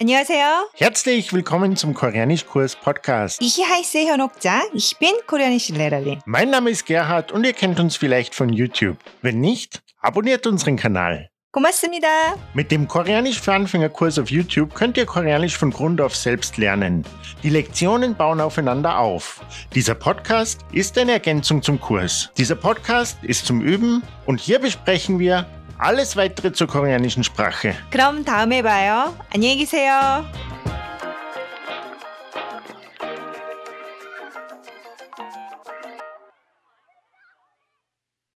안녕하세요. Herzlich willkommen zum Koreanischkurs Podcast. Ich heiße Hyunokja. Ich bin koreanische Lehrerin. Mein Name ist Gerhard und ihr kennt uns vielleicht von YouTube. Wenn nicht, abonniert unseren Kanal. 고맙습니다. Mit dem Koreanisch für Anfängerkurs auf YouTube könnt ihr Koreanisch von Grund auf selbst lernen. Die Lektionen bauen aufeinander auf. Dieser Podcast ist eine Ergänzung zum Kurs. Dieser Podcast ist zum Üben und hier besprechen wir alles weitere zur koreanischen Sprache. 그럼 다음에 봐요. 안녕히 계세요.